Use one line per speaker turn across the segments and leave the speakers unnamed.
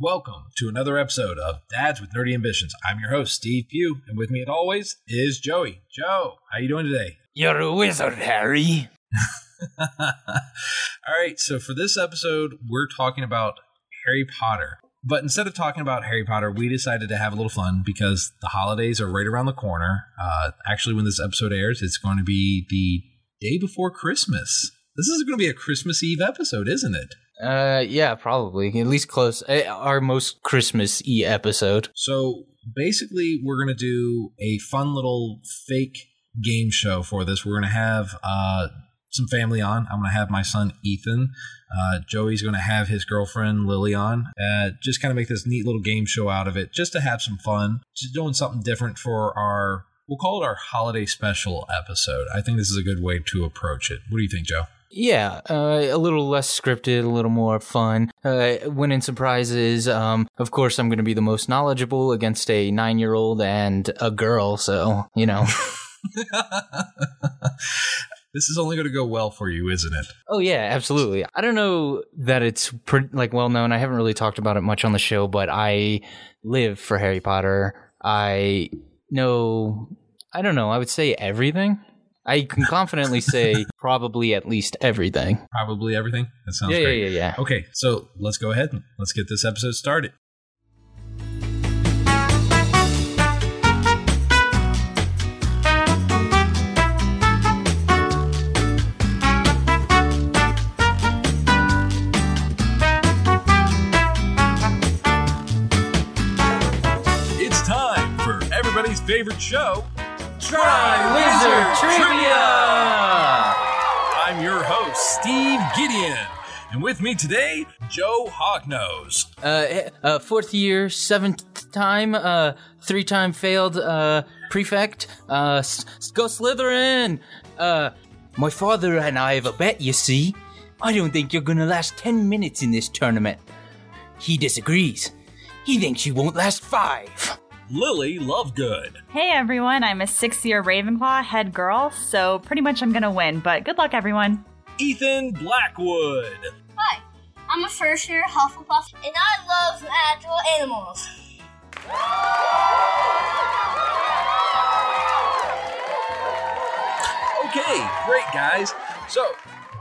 Welcome to another episode of Dads with Nerdy Ambitions. I'm your host, Steve Pugh, and with me as always is Joey. Joe, how you doing today?
You're a wizard, Harry.
All right, so for this episode, we're talking about Harry Potter. But instead of talking about Harry Potter, we decided to have a little fun because the holidays are right around the corner. Uh, actually, when this episode airs, it's going to be the day before Christmas. This is going to be a Christmas Eve episode, isn't it?
Uh, yeah, probably. At least close. Eh, Our most Christmas y episode.
So basically, we're going to do a fun little fake game show for this. We're going to have uh, some family on. I'm going to have my son Ethan. Uh, Joey's going to have his girlfriend Lily on. Uh, just kind of make this neat little game show out of it, just to have some fun, just doing something different for our. We'll call it our holiday special episode. I think this is a good way to approach it. What do you think, Joe?
Yeah, uh, a little less scripted, a little more fun. Uh, winning surprises. Um, of course, I'm going to be the most knowledgeable against a nine year old and a girl, so, you know.
this is only going to go well for you, isn't it?
oh, yeah, absolutely. I don't know that it's pre- like well known. I haven't really talked about it much on the show, but I live for Harry Potter. I know, I don't know, I would say everything. I can confidently say probably at least everything.
Probably everything. That sounds
Yeah,
great.
yeah, yeah, yeah.
Okay, so let's go ahead and let's get this episode started. It's time for everybody's favorite show, Try I'm your host, Steve Gideon, and with me today, Joe Hognose.
Uh, uh, fourth year, seventh time, uh, three time failed, uh, prefect, uh, s- s- go Slytherin! Uh, my father and I have a bet, you see. I don't think you're gonna last ten minutes in this tournament. He disagrees. He thinks you won't last five.
Lily Lovegood.
Hey everyone, I'm a six year Ravenclaw head girl, so pretty much I'm gonna win, but good luck everyone.
Ethan Blackwood.
Hi, I'm a first year Hufflepuff, and I love magical animals.
Okay, great guys. So,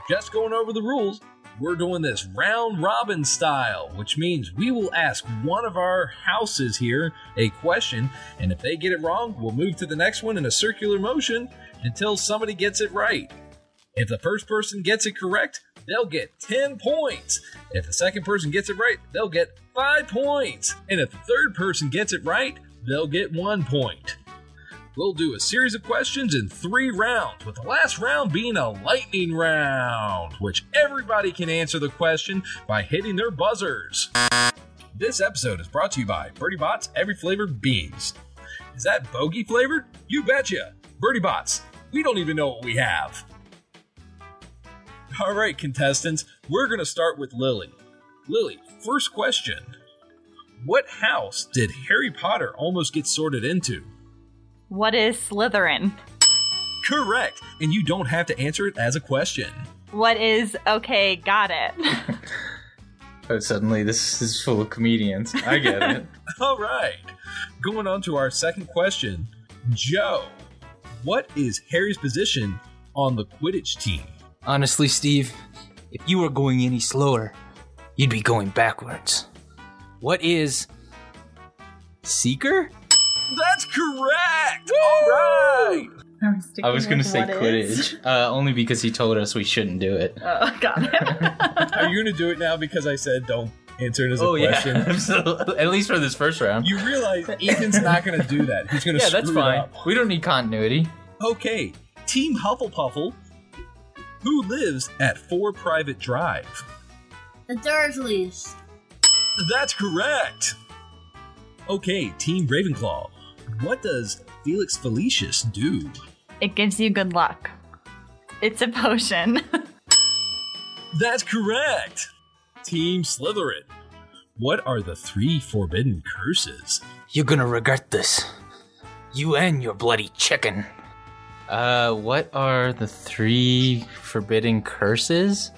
just going over the rules, we're doing this round robin style, which means we will ask one of our houses here a question, and if they get it wrong, we'll move to the next one in a circular motion until somebody gets it right. If the first person gets it correct, they'll get 10 points. If the second person gets it right, they'll get 5 points. And if the third person gets it right, they'll get 1 point. We'll do a series of questions in three rounds, with the last round being a lightning round, which everybody can answer the question by hitting their buzzers. This episode is brought to you by Birdie Bot's Every Flavored Beans. Is that bogey flavored? You betcha! Birdie Bots, we don't even know what we have. All right, contestants, we're going to start with Lily. Lily, first question What house did Harry Potter almost get sorted into?
What is Slytherin?
Correct. And you don't have to answer it as a question.
What is okay, got it.
Oh, suddenly this is full of comedians. I get it.
All right. Going on to our second question. Joe, what is Harry's position on the Quidditch team?
Honestly, Steve, if you were going any slower, you'd be going backwards. What is. Seeker?
That's correct. All right.
I was gonna say Quidditch, uh, only because he told us we shouldn't do it.
Oh, got it.
Are you going to do it now because I said don't answer it as a
oh
question?
yeah, absolutely. At least for this first round.
You realize Ethan's not going to do that. He's going to
yeah,
screw
that's
it
fine.
up.
We don't need continuity.
Okay. Team Hufflepuffle, who lives at 4 Private Drive?
The Dursleys.
That's correct. Okay, Team Ravenclaw. What does Felix Felicius do?
it gives you good luck. It's a potion.
That's correct. Team Slytherin. What are the three forbidden curses?
You're gonna regret this. You and your bloody chicken. Uh, what are the three forbidden curses?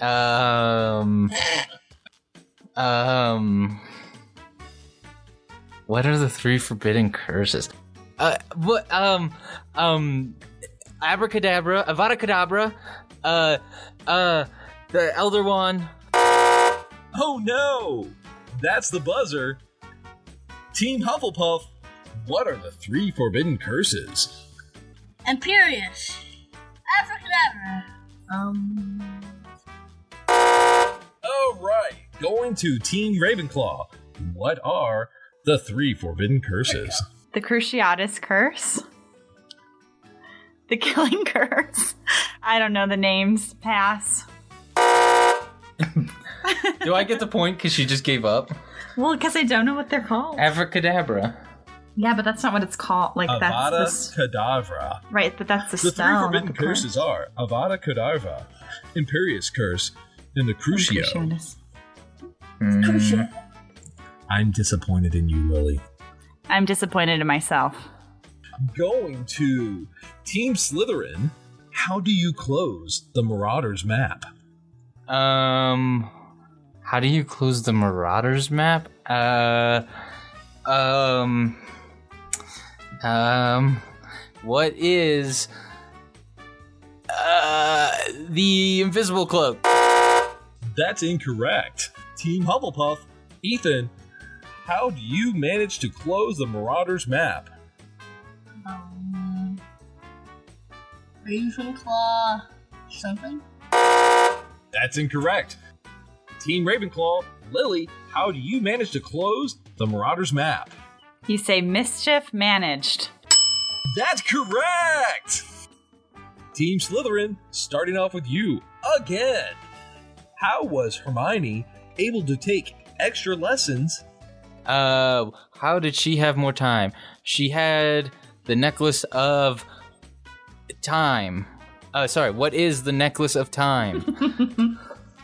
Um. Um, what are the three forbidden curses? Uh, what? Um, um, abracadabra, avada kedavra, uh, uh, the elder one.
Oh no! That's the buzzer. Team Hufflepuff, what are the three forbidden curses?
Imperious. Abracadabra. Um.
All right, going to Team Ravenclaw. What are the three forbidden curses?
The Cruciatus Curse. The Killing Curse. I don't know the names. Pass.
Do I get the point because she just gave up?
Well, because I don't know what they're called.
Abracadabra.
Yeah, but that's not what it's called. Like that's the,
Avada
s-
Kedavra.
right, but that's the,
The three
spell.
forbidden
not the curse.
curses are Avada Kedavra, Imperious Curse, and the Crucio.
Cruciatus.
I'm disappointed in you, Lily.
I'm disappointed in myself.
Going to Team Slytherin. How do you close the Marauders map?
Um, how do you close the Marauders map? Uh, um, um, what is uh the invisible cloak?
That's incorrect. Team Hufflepuff, Ethan, how do you manage to close the Marauders map?
Um. Ravenclaw. Something?
That's incorrect. Team Ravenclaw, Lily, how do you manage to close the Marauders map?
You say mischief managed.
That's correct! Team Slytherin, starting off with you again. How was Hermione able to take extra lessons?
Uh, how did she have more time? She had the necklace of time. Uh, sorry, what is the necklace of time?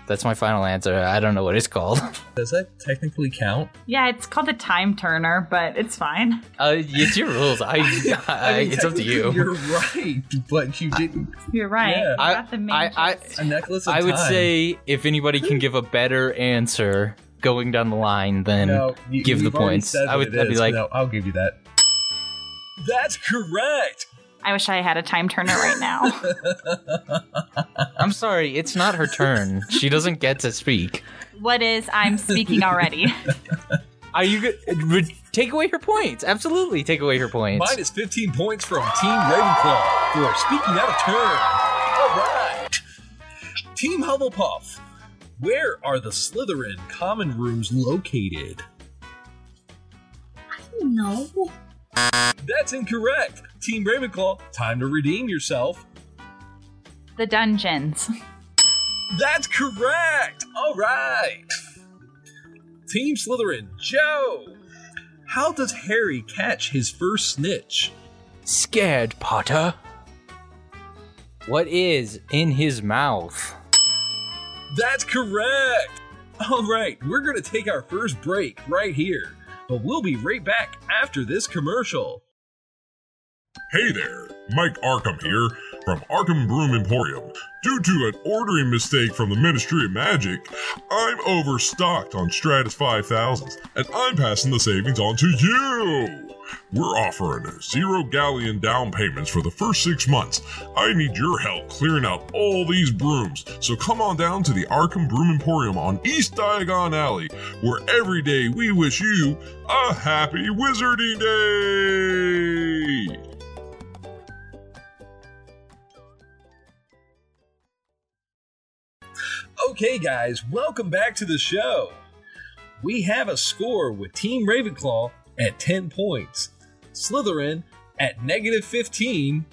That's my final answer. I don't know what it's called.
Does that technically count?
Yeah, it's called the time turner, but it's fine.
Uh, it's your rules. I, I,
I mean,
it's up to you.
You're right, but you didn't.
You're right.
Yeah.
You
I-
got the main
I, I,
gist.
A necklace of
I would
time.
say if anybody can give a better answer going down the line, then
you-
give the
you've already
points.
said
I
what
would
it
I'd be
is.
like,
no, I'll give you that. That's correct.
I wish I had a time turner right now.
I'm sorry, it's not her turn. she doesn't get to speak.
what is I'm speaking already?
Are you go- uh, re- take away her points? Absolutely, take away her points.
Minus 15 points from Team Ravenclaw for speaking out of turn. All right. Team Hufflepuff, where are the Slytherin common rooms located?
No.
That's incorrect. Team Ravenclaw, time to redeem yourself.
the dungeons.
That's correct. All right. Team Slytherin, Joe. How does Harry catch his first snitch?
Scared Potter. What is in his mouth?
That's correct. All right, we're going to take our first break right here, but we'll be right back after this commercial.
Hey there, Mike Arkham here from Arkham Broom Emporium. Due to an ordering mistake from the Ministry of Magic, I'm overstocked on Stratus 5000s, and I'm passing the savings on to you. We're offering zero galleon down payments for the first six months. I need your help clearing out all these brooms, so come on down to the Arkham Broom Emporium on East Diagon Alley, where every day we wish you a happy Wizarding Day!
Okay, guys, welcome back to the show. We have a score with Team Ravenclaw at 10 points, Slytherin at negative 15,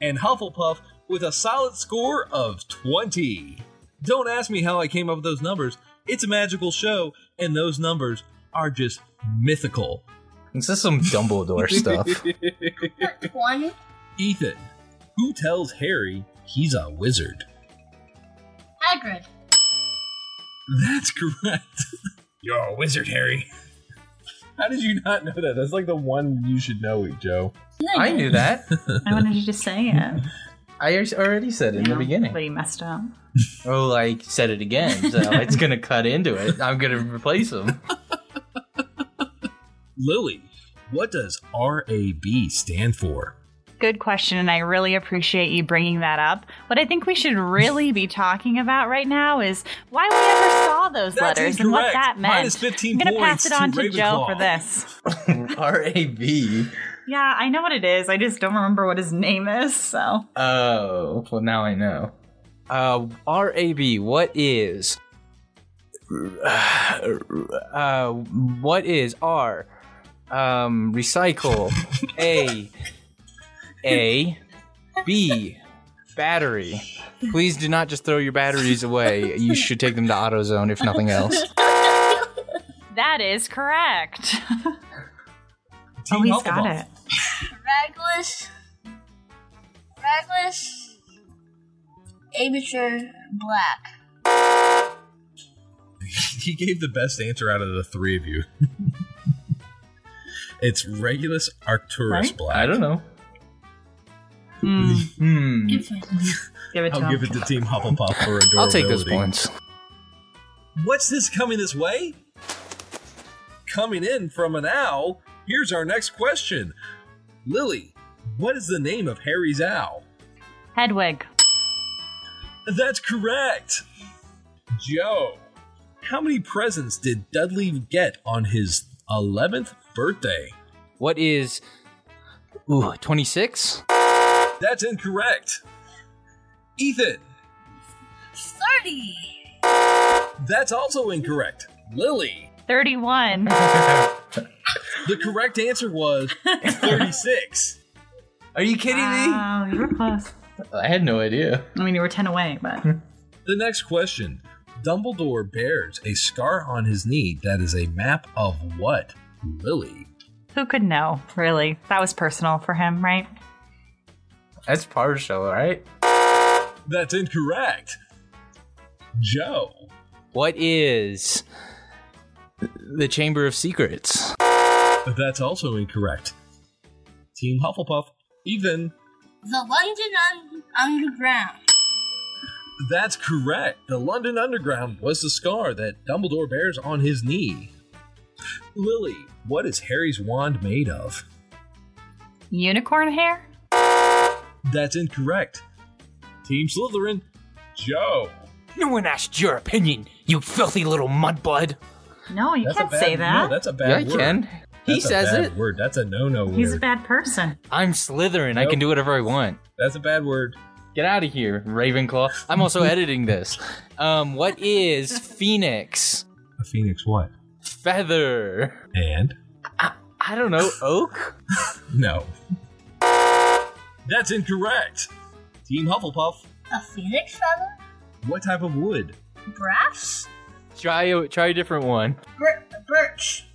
and Hufflepuff with a solid score of 20. Don't ask me how I came up with those numbers. It's a magical show, and those numbers are just mythical.
Is this some Dumbledore stuff?
What, 20?
Ethan, who tells Harry he's a wizard?
Hagrid.
That's correct. You're a wizard, Harry. How did you not know that? That's like the one you should know, Joe.
No,
I knew that.
I wanted you to say it.
I al- already said it in the
No,
beginning.
But he messed up.
Oh, I said it again, so it's gonna cut into it. I'm gonna replace him.
Lily, what does RAB stand for?
Good question, and I really appreciate you bringing that up. What I think we should really be talking about right now is why we ever saw those letters and what that meant.
Minus 15
I'm gonna
points
pass it on to, Joe
Ravenclaw.
for this.
R A B.
Yeah, I know what it is. I just don't remember what his name is. So
Oh, well now I know. Uh, R A B. What is? Uh, what is R? Um, recycle. A. A. B. Battery. Please do not just throw your batteries away. You should take them to AutoZone if nothing else.
that is correct. oh,
Team
he's got
Hufflepuff.
it.
Ragless. Ragless. Amateur black.
He gave the best answer out of the three of you. it's Regulus Arcturus
Right?
Black.
I don't know.
Hmm,
Hmm.
give it to
I'll
him.
give it to Team Hufflepuff for adorability.
I'll take those points.
What's this coming this way? Coming in from an owl. Here's our next question. Lily, what is the name of Harry's owl?
Hedwig.
That's correct. Joe, how many presents did Dudley get on his 11th birthday?
What is? Ooh, twenty-six.
That's incorrect. Ethan,
30.
that's also incorrect. Lily,
Thirty-one.
the correct answer was 36.
Are you kidding
Wow, you were close.
me? Uh, I had no idea.
I mean, you were ten away, but
Hmm. The next question Dumbledore bears a scar on his knee that is a map of what? Lily.
who could know? Really, that was personal for him, right?
That's partial, right?
That's incorrect. Joe.
What is the Chamber of Secrets?
That's also incorrect. Team Hufflepuff. Ethan.
The London un- Underground.
That's correct. The London Underground was the scar that Dumbledore bears on his knee. Lily, what is Harry's wand made of?
Unicorn hair.
That's incorrect. Team Slytherin, Joe.
No one asked your opinion, you filthy little mudblood.
No, you
That's
can't
a bad,
say that.
No, that's a bad
Yeah, I
word.
can. He
That's a
says
bad
it.
Word. That's a no-no word.
He's a bad person.
I'm Slytherin. I
Nope.
can do whatever I want.
That's a bad word.
Get out of here, Ravenclaw. I'm also editing this. Um, what is Phoenix?
A phoenix what?
Feather.
And
I don't know. Oak.
no. That's incorrect. Team Hufflepuff,
A phoenix feather?
what type of wood?
Brass?
Try a, try a different one.
Bir- birch.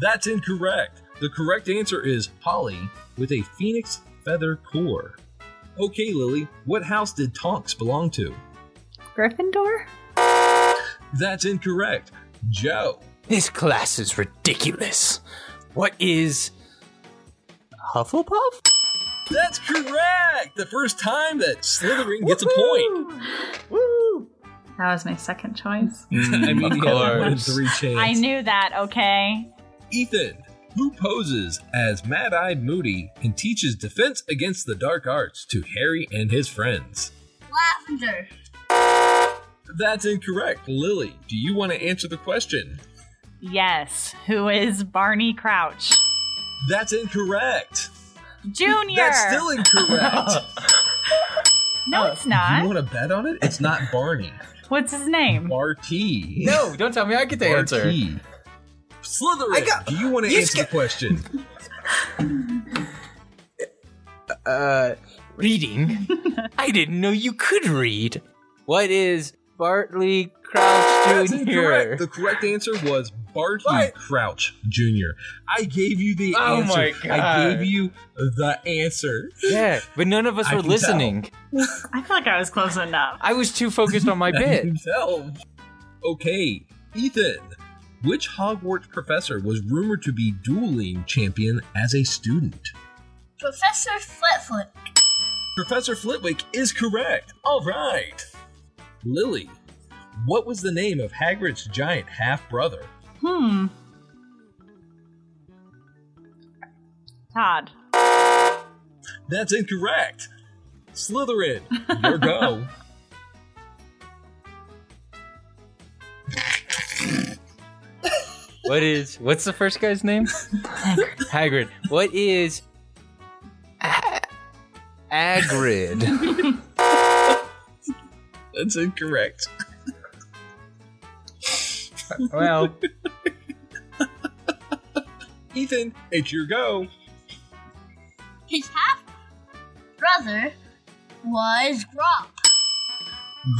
That's incorrect. The correct answer is holly with a phoenix feather core. Okay, Lily, what house did Tonks belong to?
Gryffindor.
That's incorrect. Joe.
This class is ridiculous. What is Hufflepuff?
That's correct. The first time that Slytherin gets a point.
Woo!
That was my second choice.
I mean,
Mm, of
he had a one in
course.
three chance.
I knew that. Okay.
Ethan, who poses as Mad Eye Moody and teaches defense against the dark arts to Harry and his friends?
Lavender.
That's incorrect. Lily, do you want to answer the question?
Yes. Who is Barney Crouch?
That's incorrect.
Junior.
That's still incorrect.
no, it's
You
not.
want to bet on it? It's not Barney.
What's his name?
Barty.
No, don't tell me I get the answer.
Barty. Slytherin,
I got-
do you want to
You
answer the
sca-
question?
Uh, reading. I didn't know you could read. What is Bartley Crouch
That's
Jr.?
incorrect. The correct answer was Barty
What?
Crouch Jr. I gave you the
Oh
answer.
my
I
God.
gave you the answer.
Yeah, but none of us
I
were
can
listening.
I feel like I was close enough.
I was too focused on my bit.
Himself. Okay, Ethan. Which Hogwarts professor was rumored to be dueling champion as a student?
Professor Flatfoot.
Professor Flitwick is correct. All right. Lily, what was the name of Hagrid's giant half brother?
Hmm. Todd.
That's incorrect. Slytherin, your go.
What is what's the first guy's name? Hagrid. What is A- Agrid?
That's incorrect.
Well,
Ethan, it's your go.
His half brother was Grop.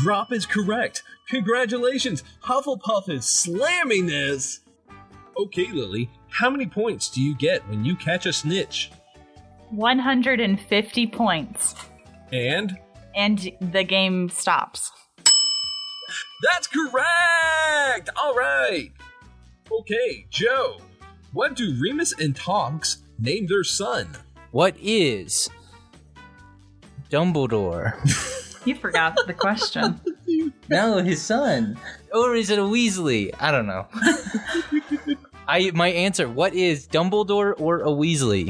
Grop is correct. Congratulations. Hufflepuff is slamming this. Okay, Lily, how many points do you get when you catch a snitch?
150 points.
And
And the game stops.
that's correct. All right. Okay, Joe. What do Remus and Tonks name their son?
what is Dumbledore?
You forgot the question.
No, his son. Or is it a Weasley? I don't know. I my answer. What is Dumbledore or a Weasley?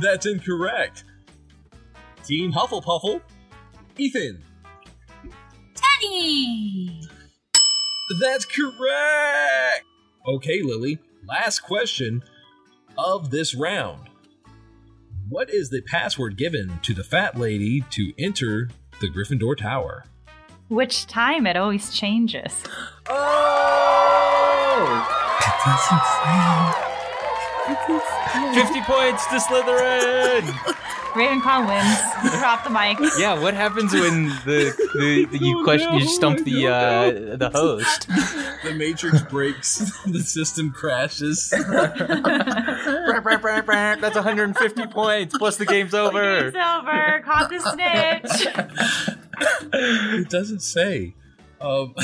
That's incorrect. Team Hufflepuffle. Ethan.
Teddy!
That's correct. Okay, Lily. Last question of this round. What is the password given to the fat lady to enter the Gryffindor Tower?
Which time it always changes.
Oh! Fifty points to Slytherin.
Ravenclaw wins. Drop the mic.
yeah, what happens when the, the, the you question you stump the uh, the host?
The matrix breaks, the system crashes.
That's 150 points plus the game's over.
It's over. Caught the snitch.
It doesn't say. Um,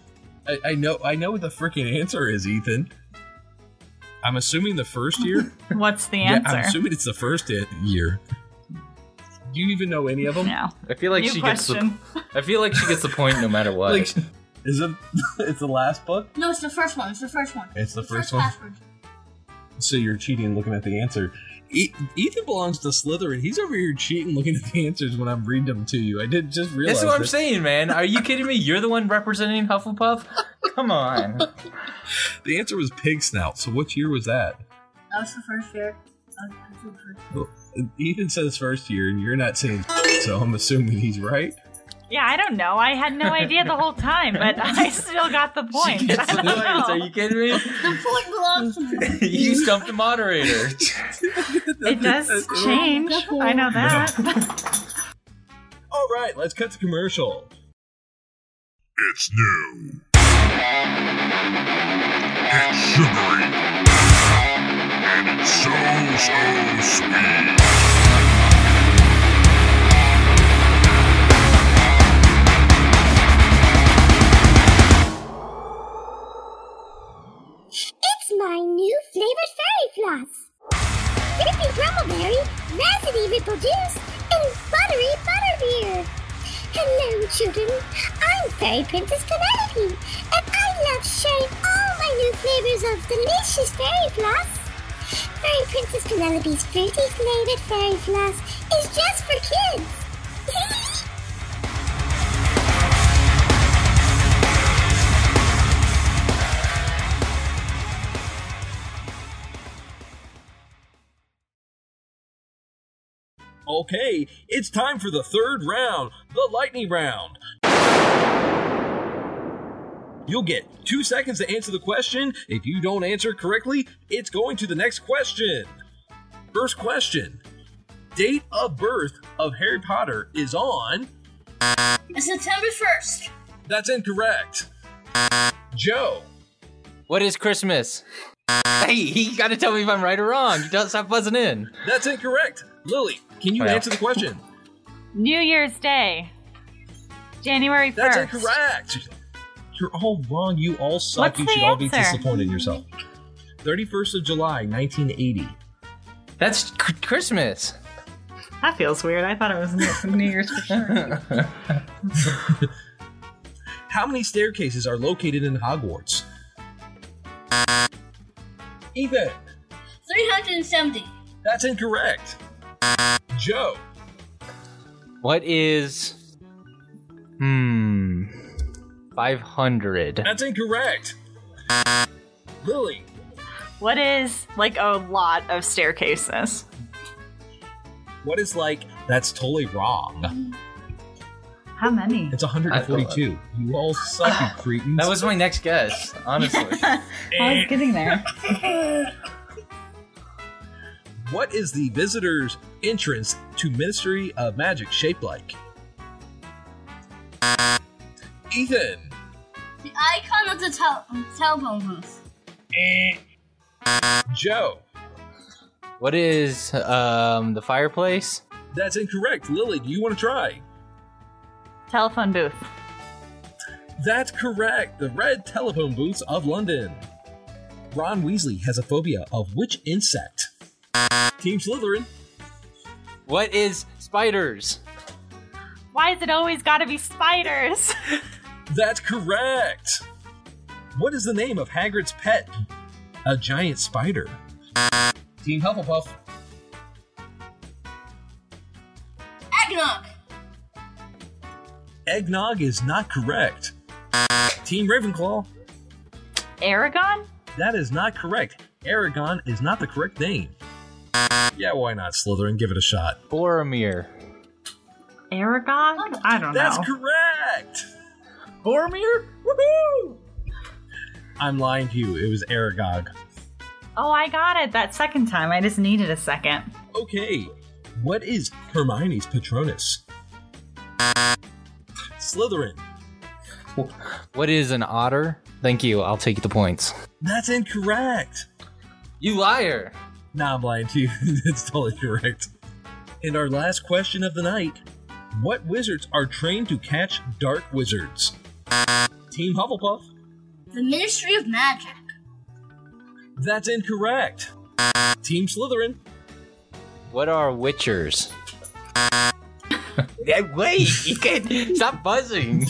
I, I know. I know what the freaking answer is, Ethan. I'm assuming the first year.
What's the
Yeah,
answer?
I'm assuming it's the first i- year. Do you even know any of them?
no.
I feel like
New
she gets
question.
the I feel like she gets the point no matter what.
Like, is it? It's the last book.
No, it's the first one. It's the first one.
It's the first
first
one.
password.
So you're cheating looking at the answer. E- Ethan belongs to Slytherin. He's over here cheating looking at the answers when I'm reading them to you. I did just realize.
That's what I'm
that.
saying, man. Are you kidding me? You're the one representing Hufflepuff? Come on.
The answer was pig snout. So which year was that?
That was the first year. That was the first year.
Ethan says first year, and you're not saying. So I'm assuming he's right.
Yeah, I don't know. I had no idea the whole time, but I still got the point.
She gets
I
the
don't
points.
know.
Are you kidding me?
The point belongs to me.
You stumped the moderator.
It does change. I know that.
All right, let's cut to commercial.
It's new. It's sugary. And it's so, so sweet.
It's my new flavored fairy floss. Dripping crumbleberry, raspberry ripple juice, and buttery butterbeer. Hello, children. I'm Fairy Princess Penelope, and I love sharing all my new flavors of delicious fairy floss. Fairy Princess Penelope's fruity flavored fairy floss is just for kids.
Okay, it's time for the third round, the lightning round. You'll get two seconds to answer the question. If you don't answer correctly, it's going to the next question. First question Date of birth of Harry Potter is on.
It's September 1st.
That's incorrect. Joe,
What is Christmas? Hey, he got to tell me if I'm right or wrong. You don't stop buzzing in.
that's incorrect. Lily, can you
Wow.
answer the question?
New Year's Day, January
That's
first.
incorrect. You're all wrong. You all suck.
What's
you
the
should all be
answer?
disappointed in yourself. 31st of July, 1980.
That's cr- Christmas.
That feels weird. I thought it was New Year's for sure.
How many staircases are located in Hogwarts? Ethan,
370.
that's incorrect. Joe,
What is. Hmm. 500.
that's incorrect. Lily,
What is like a lot of staircases?
what is like? That's totally wrong.
How many?
It's 142. You all suck, you cretins.
That was my next guess, honestly.
I was getting there.
What is the visitor's entrance to Ministry of Magic shaped like? Ethan,
The icon of the tel- telephone booth.
Joe,
what is um the fireplace?
that's incorrect. Lily, do you want to try?
Telephone booth.
That's correct. The red telephone booths of London. Ron Weasley has a phobia of which insect? Team Slytherin.
What is spiders?
Why is it always got to be spiders?
That's correct. What is the name of Hagrid's pet? A giant spider. Team Hufflepuff.
Eggnog.
Eggnog is not correct. Team Ravenclaw.
Aragon?
That is not correct. Aragon is not the correct name. Yeah, why not, Slytherin? Give it a shot.
Boromir.
Aragon? I don't
That's
know.
correct!
Boromir? Woohoo!
I'm lying to you. It was Aragog.
oh, I got it that second time. I just needed a second.
Okay, what is Hermione's Patronus? Slytherin.
What is an otter? Thank you. I'll take the points.
That's incorrect.
You liar.
Nah, I'm lying to you. That's totally correct. And our last question of the night What wizards are trained to catch dark wizards? Team Hufflepuff?
The Ministry of Magic.
That's incorrect. Team Slytherin?
What are witchers? Yeah, Wait, you can stop buzzing.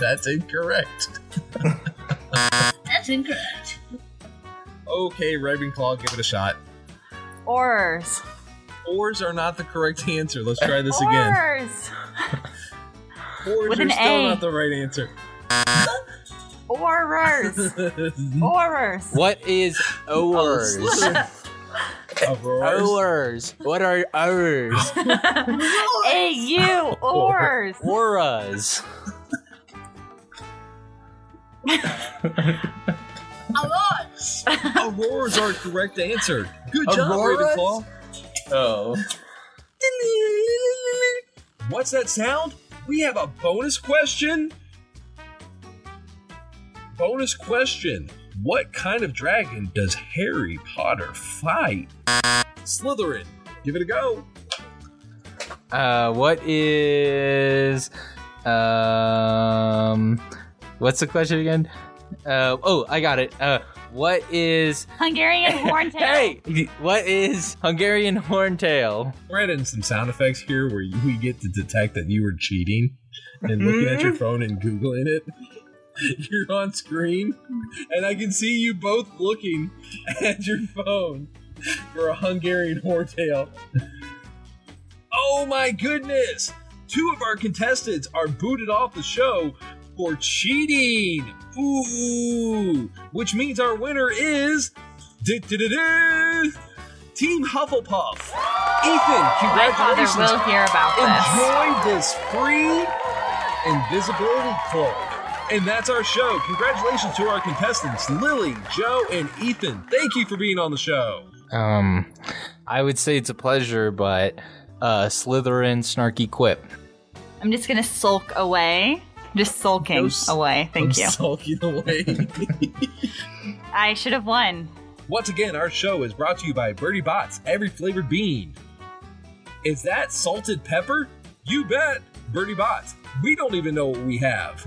That's incorrect.
That's incorrect.
Okay, Ravenclaw, give it a shot.
Ors.
Oars are not the correct answer. Let's try this again.
Ors.
Oars
With
are
an
still
A.
not the right answer.
Orers. Orers.
What is oars?
Aurora.
Oars. What are oars?
A U. Ors.
Auras.
A lot.
Auroras are correct answer. Good job,
Auroras?
Ravenclaw.
Oh.
What's that sound? We have a bonus question. Bonus question. What kind of dragon does Harry Potter fight? Slytherin. Give it a go.
Uh, what is um? What's the question again? Uh, oh, I got it. Uh, what is
Hungarian horntail.
hey? What is Hungarian horntail?
We're adding some sound effects here where you- we get to detect that you were cheating and looking at your phone and Googling it. You're on screen, and I can see you both looking at your phone for a Hungarian horntail. Oh my goodness! Two of our contestants are booted off the show for cheating! Ooh! Which means our winner is. du-du-du-du, Team Hufflepuff! Ethan,
My father
congratulations! Oh,
will hear about this.
Enjoy this free invisibility cloak. And that's our show. Congratulations to our contestants, Lily, Joe, and Ethan. Thank you for being on the show.
Um, I would say it's a pleasure, but uh, Slytherin snarky quip.
I'm just gonna sulk away. Just sulking
No s-
away. Thank
I'm
you.
Sulking away.
I should have won.
Once again, our show is brought to you by Birdie Bots, every flavored bean. Is that salted pepper? You bet! Birdie Bots, we don't even know what we have.